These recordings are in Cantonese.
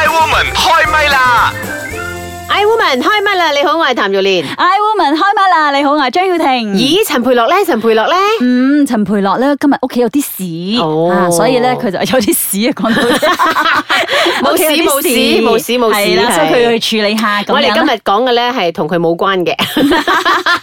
開唛啦！ I woman 開唛啦！你好，我係譚玉蓮。 I Woman 開唛啦！你好，我係張曉婷。咦，陳培樂咧？陳培樂咧？嗯，陳培樂咧今日屋企有啲事，哦啊所以咧佢就有啲事啊講 到冇事屋企有啲冇事冇事冇事係啦，係所以佢要去處理下咁啊我哋樣今 日啦講嘅咧係同佢冇關 嘅，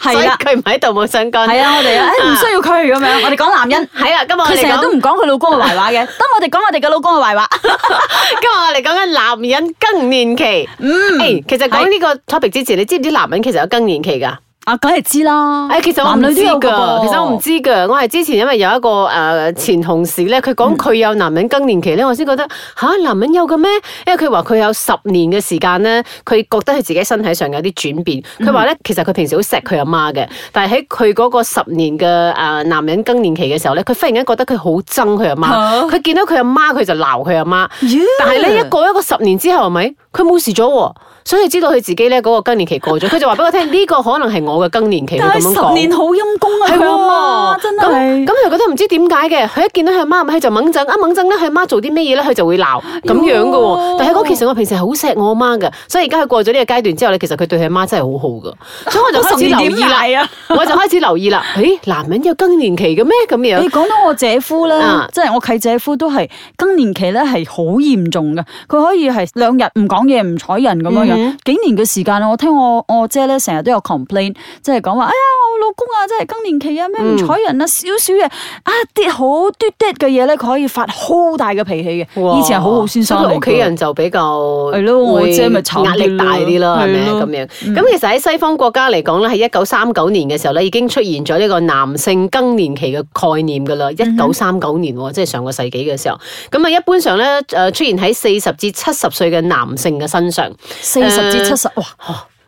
所以係啦，佢唔喺度冇相干。係啊，我哋啊誒唔需要佢咁樣，我哋講男人，係啊，今日我佢哋成日都講，唔講佢老公嘅壞 話嘅，當我哋講我哋嘅老公嘅壞話，今日我哋講緊男人更年期。嗯，誒，其實講呢個 topic 之前，你知唔知男人其實有更年期㗎？啊梗係知啦，哎誒，其實我唔男女知都有㗎，㗎噃其實我唔知㗎。我係之前因為有一個誒、呃前同事嗯咧，佢講佢有男人更年期咧，我先覺得吓，男人有嘅咩？因為佢話佢有十年嘅時間咧，佢覺得佢自己身體上有啲轉變。嗯佢話咧，其實佢平時好錫佢阿媽嘅，但係喺佢嗰個十年嘅誒、呃男人更年期嘅時候咧，佢忽然間覺得佢好憎佢阿媽，嚇佢見到佢阿媽佢就鬧佢阿媽。 Yeah 但係咧一過一個十年之後係咪？佢冇事咗喎。所以知道佢自己咧嗰個更年期過咗，佢就話俾我聽呢個可能係我嘅更年期。但係十年好陰功啊，係佢喎阿媽真係咁，咁又覺得唔知點解嘅，佢一見到佢媽，佢就啊掹憎，一掹憎咧，佢媽做啲咩嘢咧，佢就會鬧哎咁樣嘅喎。喲但係嗰其實我平時係好錫我阿媽嘅，所以而家佢過咗呢個階段之後咧，其實佢對佢阿媽真係好好嘅，所以我就開始留意啦，啊！我就開始留意啦。誒，男人有更年期嘅咩咁你樣？講到我姐夫咧啊，即係我契姐夫都係嗯更年期咧係好嚴重嘅，佢可以係兩日唔講嘢唔睬人咁樣樣，嗯幾年嘅時間啊！我聽我我姐咧成日都有 complain，即係講話哎呀我老公啊，真係更年期啊咩嗯唔睬人啊少少嘢啊啲好嘟嘟嘅嘢咧，佢可以發好大嘅脾氣嘅，以前係好好先生所以佢嚟嘅屋企人就比較係咯我會姐咪慘啲咯壓力大啲啦，係咪係咯嗯咁樣？咁其實喺西方國家嚟講咧，喺一九三九年嘅時候咧，已經出現咗呢個男性更年期嘅概念噶嗯啦。一九三九年喎，即係上個世紀嘅時候，咁啊一般上咧誒出現喺四十至七十歲嘅男性嘅身上。四十至七十哇，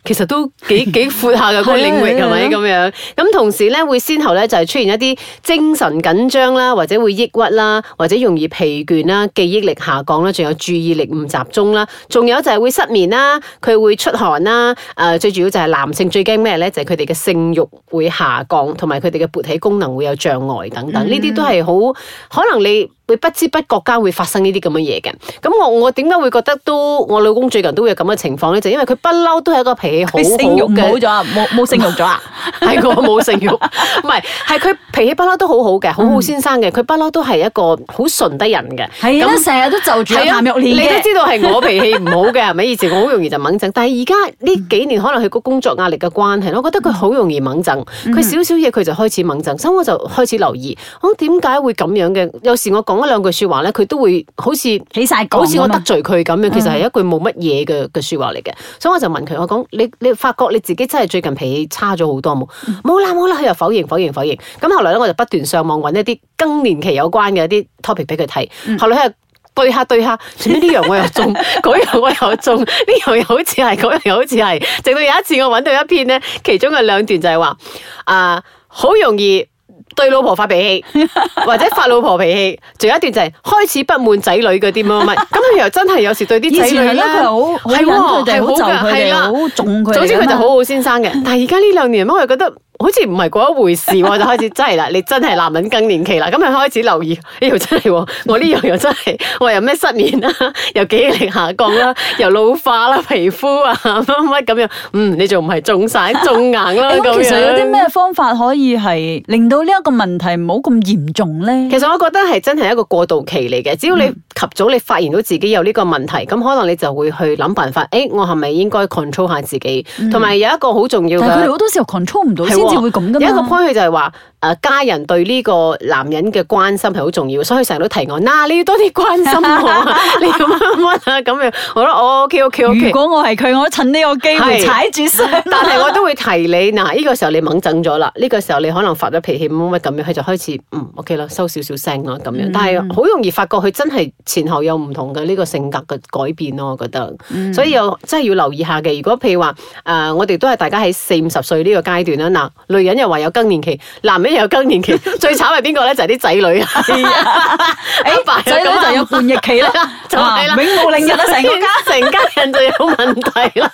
其實都 幾幾闊下嘅嗰個領域係啊係咪係啊咁樣？咁同時咧會先後咧就係出現一啲精神緊張啦，或者會抑鬱啦，或者容易疲倦啦、記憶力下降啦，仲有注意力唔集中啦，仲有就係會失眠啦，佢會出汗啦。誒、最主要就係男性最驚咩咧？就係佢哋嘅性慾會下降，同埋佢哋嘅勃起功能會有障礙等嗯等。呢啲、都係好可能你。會不知不覺間會發生呢啲咁嘅嘢嘅，咁我我點解會覺得都我老公最近都會有咁嘅情況咧？就因為佢不嬲都係一個脾氣好好佢性慾唔好嘅，咗啊，冇冇性慾咗啊，係我冇性慾，唔係係佢脾氣不嬲都好好嘅，好嗯好先生嘅，佢不嬲都係一個好順得人嘅。係 啦，咁成日都就住阿係啊譚玉蓮你嘅都知道係我脾氣唔好 嘅，係咪？以前我好容易就掹憎，但係而家呢幾年可能佢個工作壓力嘅關係，我覺得佢好容易掹憎，嗯佢少少嘢佢就開始掹憎，所以我就開始留意，我點解會咁樣嘅？有時我講一兩句説話咧，佢都會好似。起晒好似槓我啊嘛得罪嗯佢咁樣，其實係一句冇乜嘢嘅嘅説話嚟嘅，所以我就問佢，我講你你發覺你自己真係最近脾氣差咗好多冇？冇啦冇啦，佢又否認否認否認。咁後來咧，我就不斷上網揾一啲更年期有關嘅一啲 topic 俾佢睇，後來佢又。對下對 下，做咩呢樣我又中， 嗰樣我又中，呢樣又好似係，嗰樣又好似係。直到有一次我揾到一篇咧，其中嘅兩段就係話，啊、好容易對老婆發脾氣， 或者發老婆脾氣。仲有一段就係開始不滿仔女嗰啲乜 乜乜，咁佢又真係有時對啲仔以前女咧，係咧，佢好好係忍佢喎哋，好就佢係哋，啦好重佢哋㗎嘛。總之佢就好好先生 嘅，但係而家呢兩年我又覺得。好似唔係嗰一回事喎，我就開始真係啦，你真係男人更年期啦，咁咪開始留意，呢度真係 喎，我呢樣又真係，我又咩失眠啦，又記憶力下降啦，又老化啦，皮膚啊乜乜咁樣，嗯，你仲唔係中晒中硬啦誒。咁咁其實有啲樣咩方法可以係令到呢一個問題唔好咁嚴重咧？其實我覺得係真係一個過渡期嚟嘅，嗯只要你及早你發現到自己有呢個問題，咁可能你就會去諗辦法。誒、我係咪應該 control 下自己？同埋、有一個好重要嗯但嘅，係佢哋好多時候 control 唔到，係先喎至會咁噶嘛。有一個 point 佢就係話，誒、家人對呢個男人嘅關心係好重要，所以佢成日都提我，嗱、你要多啲關心我 啊，你要乜乜啊咁樣。我覺得我 OK OK 如 OK。果我係佢，我趁呢個機會係踩住上。 但係我都會提你，嗱，呢個時候你猛整咗啦，呢、個時候你可能發咗脾氣乜乜咁樣，佢就開始嗯 OK 啦，收少少聲啦咁樣。但係好容易發覺佢真係前後有唔同嘅呢個性格嘅改變咯，我覺得。所以又真係要留意下嘅。如果譬如話誒、呃我哋都係大家喺四五十歲呢個階段啦，嗱，女人又話有更年期，男人又有更年期，最慘係邊個咧？就係、啲仔女啊！ 阿爸，誒，仔女就有叛逆期啦 就係啦啊 啊永無寧日啦，成個家。成家人就有問題啦。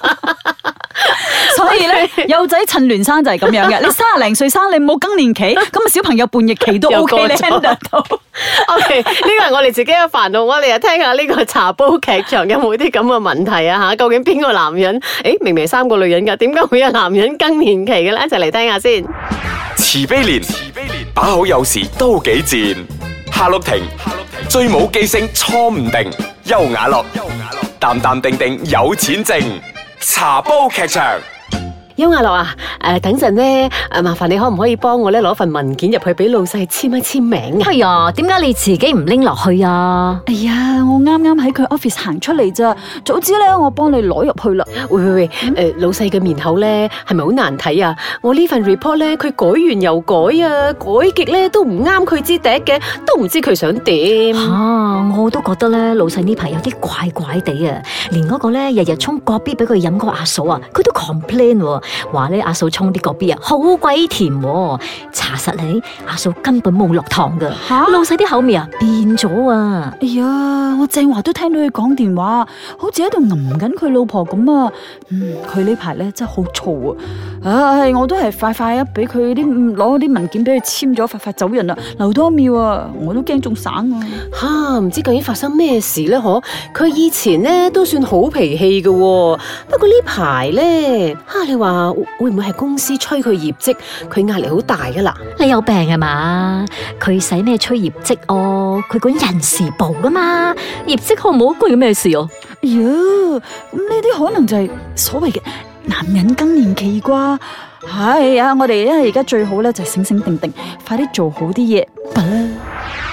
所 所以咧，有仔趁亂生就係咁樣嘅。你三十零歲生，你冇更年期，咁啊小朋友叛逆期都又 OK，過你咗 handle 得到。 OK，呢個係我哋自己嘅煩惱。我哋又聽下呢個茶煲劇場有冇啲咁嘅問題啊吓？究 竟邊個男人？诶，明明係三個女人㗎，點解會有男人更年期嘅咧？一齊嚟聽下先。慈悲莲，慈悲莲，把好有時都幾賤。夏綠庭，夏綠庭，最冇記性錯唔定。優雅樂，優雅樂，淡淡定定有錢剩。茶煲劇場。邱亞樂啊，诶、等陣咧，诶，麻煩你可唔可以幫我咧攞份文件入去俾老細簽一簽名啊？哎呀，點解你自己唔拎落去啊？哎呀，我啱啱喺佢 office 行出嚟咋，早知咧我幫你攞入去啦。喂喂喂，诶、老細嘅面口咧係咪好難睇啊？我呢份 report 咧，佢改完又改啊，改極咧都唔啱佢支笛嘅，都唔知佢想點。啊，我都覺得咧，老細呢排有啲怪怪地啊，連嗰個咧日日沖葛 B 俾佢飲嗰個阿嫂啊，佢都 complain 喎，話咧阿嫂沖啲葛 B 啊好鬼甜喎，查實你阿嫂根本冇落糖噶，嚇老細啲口味啊變咗啊！哎呀，我正話都聽到佢講電話，好似喺度吟緊佢老婆咁啊。嗯，佢呢排咧真係好燥啊。唉、我都係快快啊，俾佢啲攞啲文件俾佢簽咗，快快走人啦，留多一秒啊，我都驚中省啊。吓，唔、知究竟發生咩事咧？嗬，佢以前咧都算好脾氣嘅、喎，不過呢排咧，吓、你話會唔會係公司催佢業績，佢壓力好大噶啦？你有病啊嘛？佢使咩催業績哦？佢管人事部噶嘛，業績好唔好關佢咩事哦、哎呀，咁呢啲可能就係所謂嘅男人更年期啩。係啊，我哋因為而家最好咧就係醒醒定定，快啲做好啲嘢。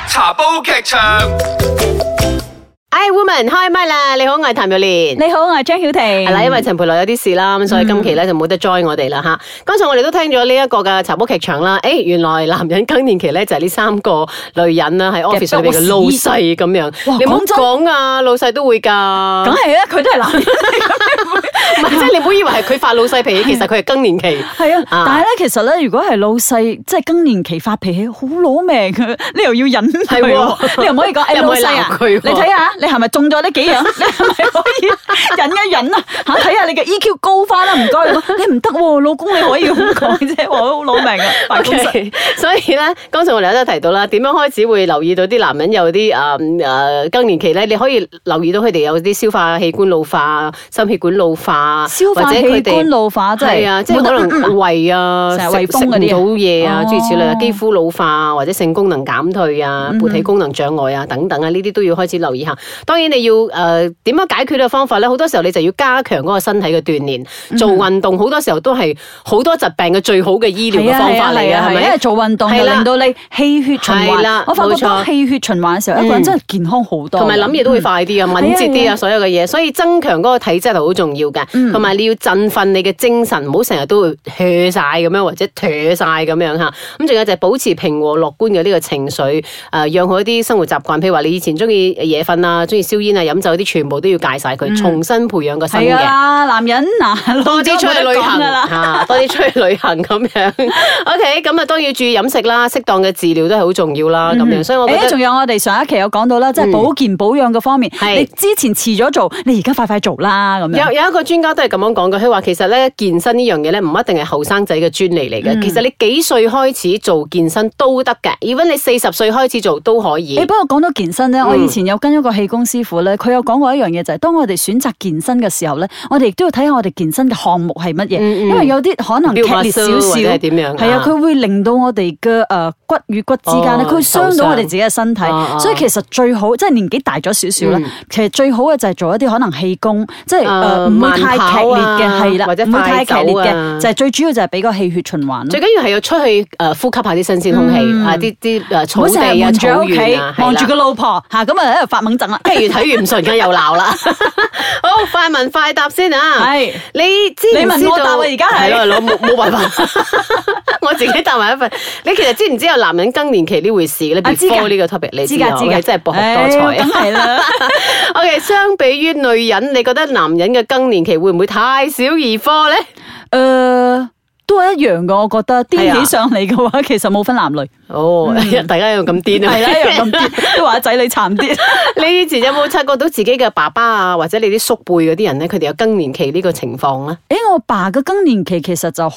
茶煲劇場。哎，woman 開麥啦！你好，我係譚玉蓮。你好，我係張曉婷。係係啦，因為陳培樂有啲事啦，咁所以今期咧就冇得 join 我哋啦吓。剛才我哋都聽咗呢一個嘅茶煲劇場啦，诶，原來男人更年期咧就係呢三個女人啦，喺 office 裏边嘅老細咁樣。哇你唔好講真講啊，老細都會梗㗎。係啦，佢都係男 人。唔係，即係你唔好以為係佢發老細脾氣，其實佢係更年期。係啊，啊但係咧，其實咧，如果係老細即係更年期發脾氣，好攞命 嘅，你又要忍佢係喎，喎你又唔可以 講誒又唔老可以細鬧啊，佢喎你睇下你係咪中咗呢幾 樣？你係咪可以忍一忍啊？嚇，睇下你嘅 EQ 高翻啦，唔該，你唔得喎，老公你可以咁講啫，我好攞命啊，辦公室。 OK，所以咧，剛才我哋都提到啦，點樣開始會留意到啲男人有啲誒誒更年期咧？你可以留意到佢哋有啲消化器官老化、心血管老化，消化或者佢哋器官老化即係係啊，即係冇得嗯可能胃啊、成日食胃風嗰食啲唔啊到嘢啊，哦諸如此類啊，肌膚老化或者性功能減退啊、嗯勃起功能障礙啊等等啊，呢啲都要開始留意下。當然你要誒點樣解決嘅方法咧？好多時候你就要加強嗰個身體嘅鍛嗯鍊，做運動好多時候都係好多疾病嘅最好嘅啊醫療嘅方法嚟啊嘅，係咪？因為啊做運動係就啦令到你氣血循係啦環。我發覺冇錯當氣血循環嘅時候，一個嗯人真係健康好多。同埋諗嘢都會快啲啊，敏捷啲係啊係啊，啊所有嘅嘢，所以增強嗰個體質係好重要嗯嘅。同埋你要振奮你嘅精神，唔好成日都會怯晒咁樣，或者退晒咁樣嚇。咁仲有就係保持平和樂觀嘅呢個情緒，呃誒養好一啲生活習慣，譬如話你以前中意夜瞓啊、中意燒煙啊、飲酒啲，全部都要戒晒佢，重新培養個新嗯係嘅。啊，男人嗱，多多啲出去旅行啦。嚇， 多啲出去旅行咁樣。OK，咁啊當然要注意飲食啦，適當嘅治療都係好重要啦。咁樣，所以我覺嗯誒得嗯仲有我哋上一期有講到啦，即係保健保養嘅方面，係你之前遲咗做，你而家快快做啦咁有樣。有一個專家都係咁樣講嘅，佢話其實咧健身呢樣嘢咧唔一定係後生仔嘅專利嚟嘅，嗯其實你幾歲開始做健身都得嘅，even 你四十歲開始做都可以誒，。不過講到健嗯身咧，我以前有跟一個氣功師傅咧，佢有講過一樣嘢，就係當我哋選擇健身嘅時候咧，我哋亦都要睇下我哋健身嘅項目係乜嘢，嗯嗯因為有啲可能劇 Build 烈少 muscle 少，或者係點樣係啊啊，佢會令到我哋嘅誒骨與骨之間咧，哦佢會傷受到傷我哋自己嘅身體哦哦，所以其實最好即係年紀大咗少少咧嗯，其實最好嘅就係做一啲可能氣功，即係誒誒唔會太劇慢烈跑啊嘅，係啦，或者唔會太劇快烈走啊嘅，就係最主要就係俾個氣血循環咯最。緊要係要出去誒呼吸下啲新鮮空氣嗯啊，啲啲誒唔草好成日地啊、悶住喺草屋原啊，企，望住個老婆嚇，咁啊喺度發猛 震啦。 譬如睇完唔順嘅又鬧啦。好，快問快答先啊！係你知唔你知問道？我答啊而家係係咯，冇冇辦法， 我自己答埋一份。你其實知唔知有男人更年期呢回事咧啊知㗎？before 呢個 topic，你知㗎㗎知㗎，真係博學多才啊唉 梗！係啦。 O、k 相比於女人，你覺得男人嘅更年期會唔會太少兒科咧？誒。呃都係一樣噶，我覺得係啊癲起上嚟嘅話，其 實冇分男女，哦， 大家又咁癲啊！嗯係啦，一樣咁癲， 都話仔女慘啲。 你以前有冇察覺到自己嘅爸爸啊，或者你啲叔輩嗰啲人咧，佢哋有更年期呢個情況咧？诶，我爸嘅更年期其實就好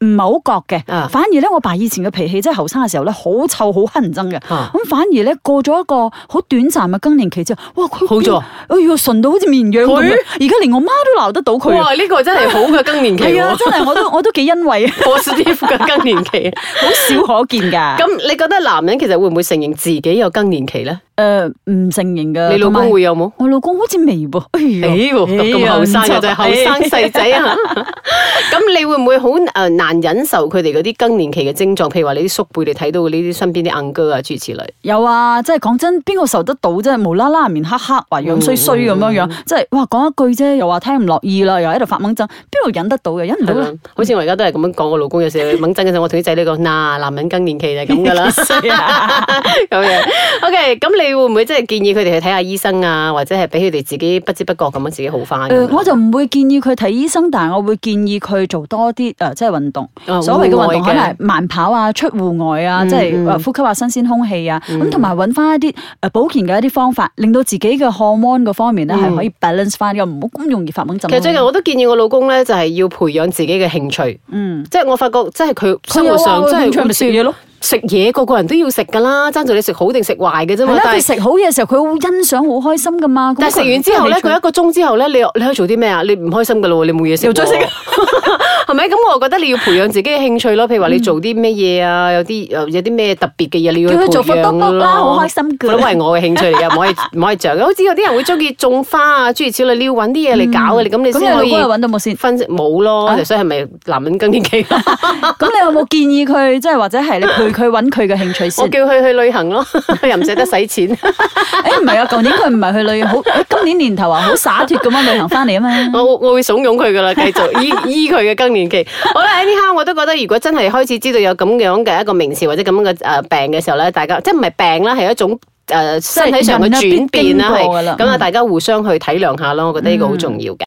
唔係好覺嘅，啊反而咧我爸以前嘅脾氣，即係後生嘅時候咧，好臭好乞人憎嘅。咁、啊反而咧過咗一個好短暫嘅更年期之後，哇佢好咗，哎呀純到好似綿羊咁佢樣，而家連我媽都鬧得到佢啊。哇！呢個真係好嘅更年期 係啊，喎真係我都我都幾欣 慰，啊，positive 嘅更 年期。好少可見㗎。咁你覺得男人其實會唔會承認自己有更年期咧？诶，呃唔承認㗎。你老同埋公會有冇？我老公好似未噃， 哎呀，哎哎喎，咁後生嘅就係後生細仔啊！ 咁你會唔會好誒難忍受佢哋嗰啲更年期嘅症狀？譬如話你啲叔輩，你睇到呢啲身邊啲硬哥啊，諸如此 類。有啊，即係講真，邊個受得到啫？無啦啦面黑黑，話樣衰衰咁樣嗯樣，即係哇講一句啫，又話聽唔落意啦，又喺度發掹憎，邊度忍得到嘅？忍唔到係啦啦。，好似我而家都係咁樣講，我老公有時掹憎嘅時候，我同啲仔女講：嗱，男人更年期就係咁噶啦， 咁樣。OK，咁你會唔會即係建議佢哋去睇下醫生啊，或者係俾佢哋自己不知不覺咁樣自己好翻？誒，呃我就唔會建議佢睇醫生，但係我會建議佢做多啲誒、呃即係運動。啊所謂嘅戶運動外可能係慢跑啊、出戶外啊，嗯即係嗯呃呼吸下新鮮空氣啊，咁同埋揾翻一啲誒保健嘅一啲方法，令到自己嘅荷爾蒙嗰方面咧係可以 balance 翻，又唔好咁容易發掹嗯疹。其實最近我都建議我老公咧，就係要培養自己嘅興趣。嗯，即係我發覺，即係佢生活上佢有啊真係興趣咪食嘢咯，食嘢個個人都要食㗎啦，爭在你食好定食壞嘅啫係嘛啦，。但佢係食好嘢嘅時候，佢好欣賞、好開心噶嘛。咁但係食完之後咧，佢一個鐘之後咧，你你可以做啲咩啊？你唔開心㗎咯喎，你冇嘢食喎。又再食係咪？咁我覺得你要培養自己嘅興趣咯，譬如話你做啲咩嘢啊，有啲有啲咩特別嘅嘢你要去叫佢做培養 photobop 啦咯好開心㗎我都係我嘅興趣嚟 嘅，唔可以唔可以着。好似有啲人會中意種花啊，諸如此類，你要揾啲嘢嚟搞嘅，你咁你咁你先老可公以又揾到冇 先？分析冇咯。啊所以係咪男人更年期？ 咁你有冇建議佢，即係或者係你陪佢揾佢嘅興趣先我？叫佢去旅行咯， 又唔捨得使錢。 誒唔係啊，舊年佢唔係去旅行，好誒今年年頭啊，好灑脱咁樣旅行翻嚟啊嘛。 我我會慫恿佢噶 啦，繼續醫醫佢嘅更年期。好啦，anyhow 我都覺得，如果真係開始知道有咁樣嘅一個名詞或者咁樣嘅誒病嘅時候咧，大家即係唔係病啦，係一種。呃誒、身體上嘅轉變啦，人啊必經過㗎啦係咁啊！大家互相去體諒下咯，我覺得呢個好重要嘅。